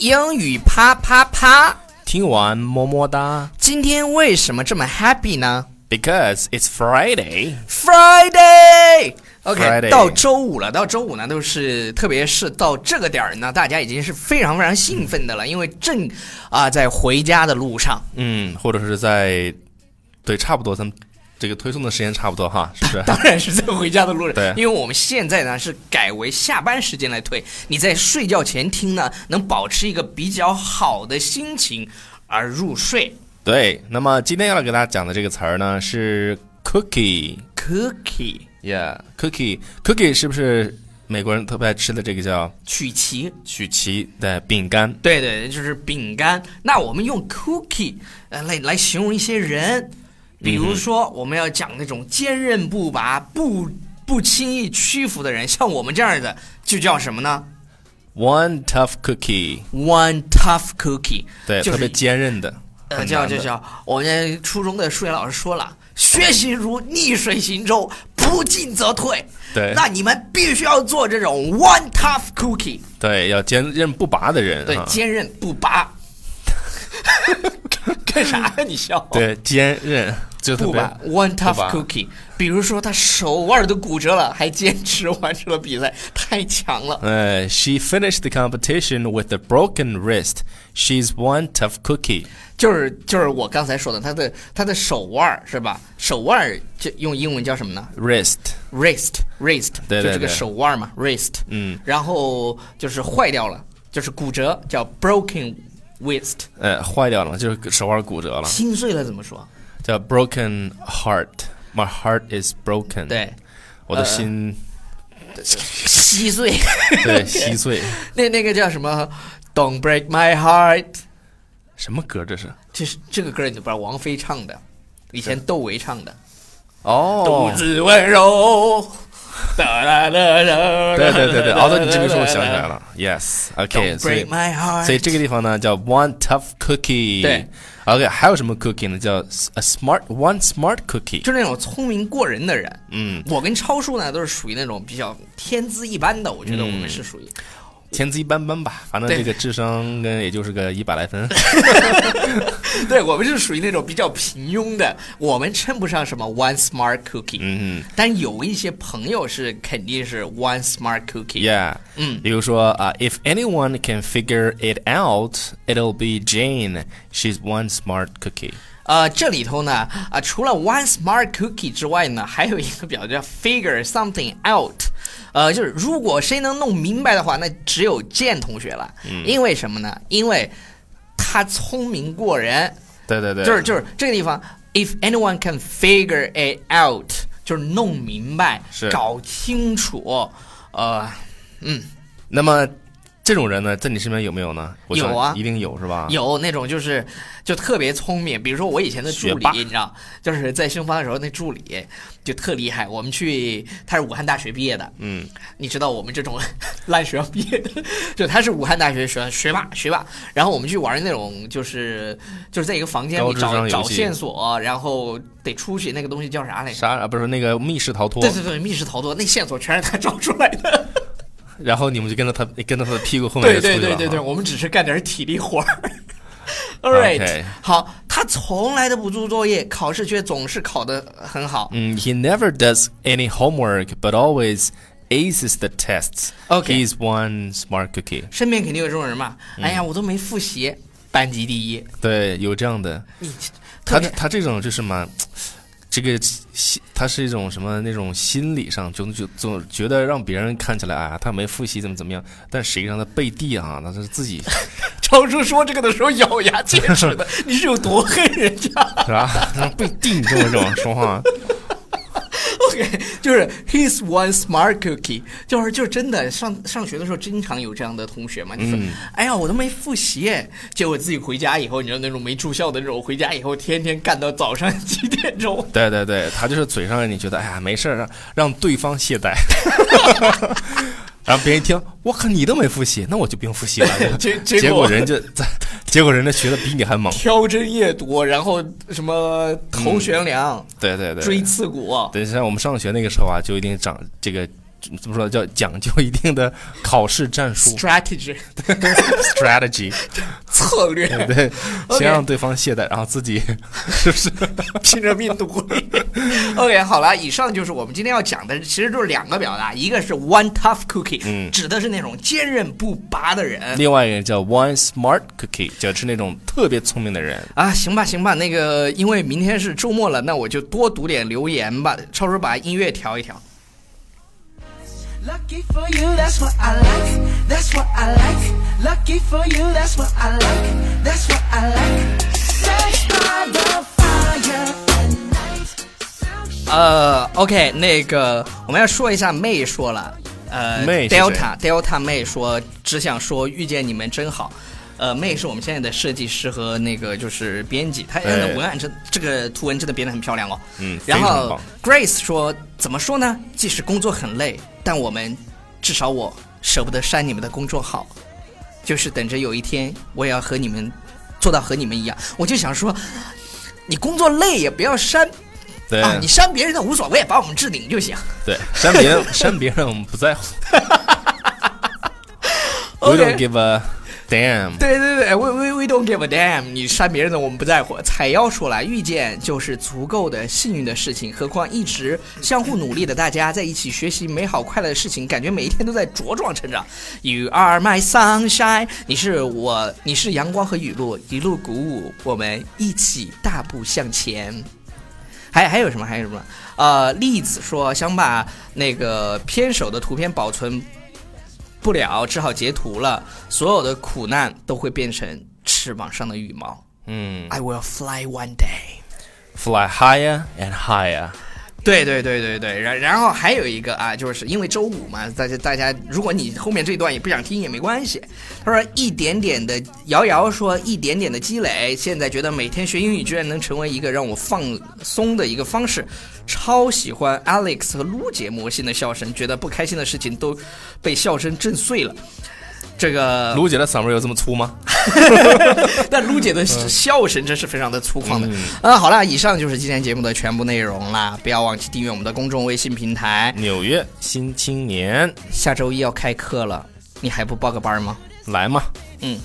英语啪啪啪。听完么么哒今天为什么这么 happy 呢，because it's Friday。 ？Friday。OK， Friday 到周五了，到周五呢都是，特别是到这个点儿呢，大家已经是非常非常兴奋的了，因为正啊、在回家的路上，嗯，或者是在，对，差不多，咱们这个推送的时间差不 多哈，是不是？当然是在回家的路上，对因为我们现在呢是改为下班时间来推，你在睡觉前听呢，能保持一个比较好的心情而入睡。对，那么今天要给大家讲的这个词儿呢是 cookie。 Cookie Yeah，cookie cookie 是不是美国人特别爱吃的这个叫曲奇，曲奇的饼干？对对，就是饼干。那我们用 cookie 呃来来形容一些嗯人，比如说我们要讲那种坚韧不拔、不不轻易屈服的人，像我们这样的就叫什么呢 One tough cookie， ？One tough cookie，对，就特别是坚韧的，呃很叫难叫的叫，我们初中的数学老师说了，学习如逆水行舟，不进则退。对那你们必须要做这种 one tough cookie，对，要坚韧不拔的人对，哈坚韧不 拔。 干啥呀？你笑？对，坚韧就特不别吧，One 不 Tough 吧 Cookie。比如说他手腕都骨折了，还坚持完成了比赛，太强了。呃，She Uh, finished the competition with a broken wrist. She's one tough cookie. 就是就是我刚才说的，他的他的手腕儿是吧？手腕儿就用英文叫什么呢 Wrist， ？wrist wrist，对就对这个对手腕儿嘛，wrist。嗯，然后就是坏掉了，就是骨折，叫 broken wrist。呃，Uh, 坏掉了，就是手腕骨折了，心碎了怎么说？叫 broken heart. My heart is broken. 对，我的心稀碎。 对稀碎。那那个叫什么？Don't break my heart。什么歌这是？这是这个歌你都不知道，王菲唱的，以前窦唯唱的。哦肚子温 柔。哒啦啦啦对对对对，哦，对，你这么一说我想起来。了，yes, OK， Don't 所以 break my heart。所以这个地方呢叫 one tough cookie，对，OK，还有什么 cookie 呢？叫 a smart one smart cookie，就是那种聪明过人的人。嗯，我跟超叔呢都是属于那种比较天资一般的，我觉得我们是属于。嗯天资一般般吧，反正对这个智商跟也就是个一百来 分，对，我们是属于那种比较平庸的，我们称不上什么 one smart cookie。嗯嗯但有一些朋友是肯定是 one smart cookie。 ，yeah，嗯比如说啊、i f anyone can figure it out, it'll be Jane. She's one smart cookie. 呃，这里头呢，啊、除了 one smart cookie 之外呢，还有一个表叫 figure something out，呃，就是如果谁能弄明白的话，那只有建同学了。因为什么呢？因为他聪明过人，对对对，就是就是这个地方，if anyone can figure it out，就是弄明白是、搞清楚，呃。那么这种人呢，在你身边有没有呢？我想有啊一定有是吧？有那种就是就特别聪明，比如说我以前的助学理霸，你知道，就是在新东方的时候，那助理就特厉害。我们去，他是武汉大学毕业的，嗯，你知道我们这种 烂学校毕业的，就他是武汉大学学学霸嗯学霸。然后我们去玩那种就是就是在一个房间高里智找商游找戏线索，然然后得出去，那个东西叫啥来着？啥啊？不是那个密室逃脱，对对对，密室逃脱，那线索全是他找出来的。然后你们就跟着他，跟着他的屁股后面对就出去对了。对对对，哈我们只是干点体力活儿。All right，、 OK 好，他从来都不做作业，考试却总是考得很好。嗯，He never does any homework, but always aces the tests. OK he's 嗯 one smart cookie. 身边肯定有这种人嘛？哎呀，我都没复习，班级第一。对，有这样的。你他特这别他这种就是蛮，这个心，他是一种什么那种心理上，就就总觉得让别人看起来啊，他没复习怎么怎么样，但实际上他背地啊，他是 自己超叔说这个的时候咬牙切齿的，你是有多恨人家是吧？他背地你这么这么说话， ？OK，就是 he's one smart cookie，就是就是真的上上学的时候经常有这样的同学嘛，嗯就是、哎呀我都没复习，结果自己回家以后，你知道那种没住校的那种，回家以后天天干到早上 几点钟。对对对，他就是嘴上让你觉得哎呀没事儿，让让对方懈怠， 然后别人一听，我靠你都没复习，那我就不用复习了。 结结结果果人家，结果人家学的比你还猛。挑针夜读，然后什么头悬梁、嗯对对对，锥刺股，等一下，我们上学那个时候啊，就一定长这个怎么说叫讲究一定的考试战 术 strategy strategy，策略，对不对？ OK 先让对方懈怠，然后自己 是不是？拼着命读。OK，好了，以上就是我们今天要讲的，其实就是两个表达，一个是 one tough cookie，、嗯指的是那种坚韧不拔的人。 另外一个叫 one smart cookie，就是那种特别聪明的人。啊，行吧，行吧，那个，因为明天是周末了，那我就多读点留言吧。超叔把音乐调一调。 Lucky for you, that's what I like. That's what I like. Lucky for you, that's what I like. That's what I like. Sex by the fire at night. Sound 呃，OK，那个我们要说一下妹说了，呃 May 是谁，Delta Delta 妹说只想说遇见你们真好。呃，妹是我们现在的设计师和那个就是编辑，她哎文案真这个图文真的编得很漂亮哦。嗯非然常后棒 Grace 说怎么说呢？即使工作很累，但我们至少我舍不得删你们的公众号，就是等着有一天我也要和你们做到和你们一样。我就想说，你工作累也不要删对、啊，你删别人的无所谓，把我们置顶就行。对，删别人删别人我们不在乎 OK ，We don't give a damn。对对对，we we we don't give a damn，你删别人的我们不在乎。采妖说了，遇见就是足够的幸运的事情，何况一直相互努力的大家在一起学习美好快乐的事情，感觉每一天都在茁壮成长。You are my sunshine，你是我，你是阳光和雨露，一路鼓舞我们一起大步向前。还还有什么？还有什么？呃，栗子说想把那个片手的图片保存不了，只好截图了。所有的苦难都会变成翅膀上的羽毛。嗯 I will fly one day。 ，Fly higher and higher。对对对对对，然然后还有一个啊，就是因为周五嘛，大家大家，如果你后面这段也不想听也没关系。他说一点点的，瑶瑶说一点点的积累，现在觉得每天学英语居然能成为一个让我放松的一个方式，超喜欢 Alex 和撸节目新的笑声，觉得不开心的事情都被笑声震碎了。这个卢姐的嗓门有这么粗吗？ 但撸姐的笑声真是非常的粗犷的。啊，好啦，以上就是今天节目的全部内容啦，不要忘记订阅我们的公众微信平台。纽约新青年下周一要开课了，你还不报个班吗？来嘛，嗯，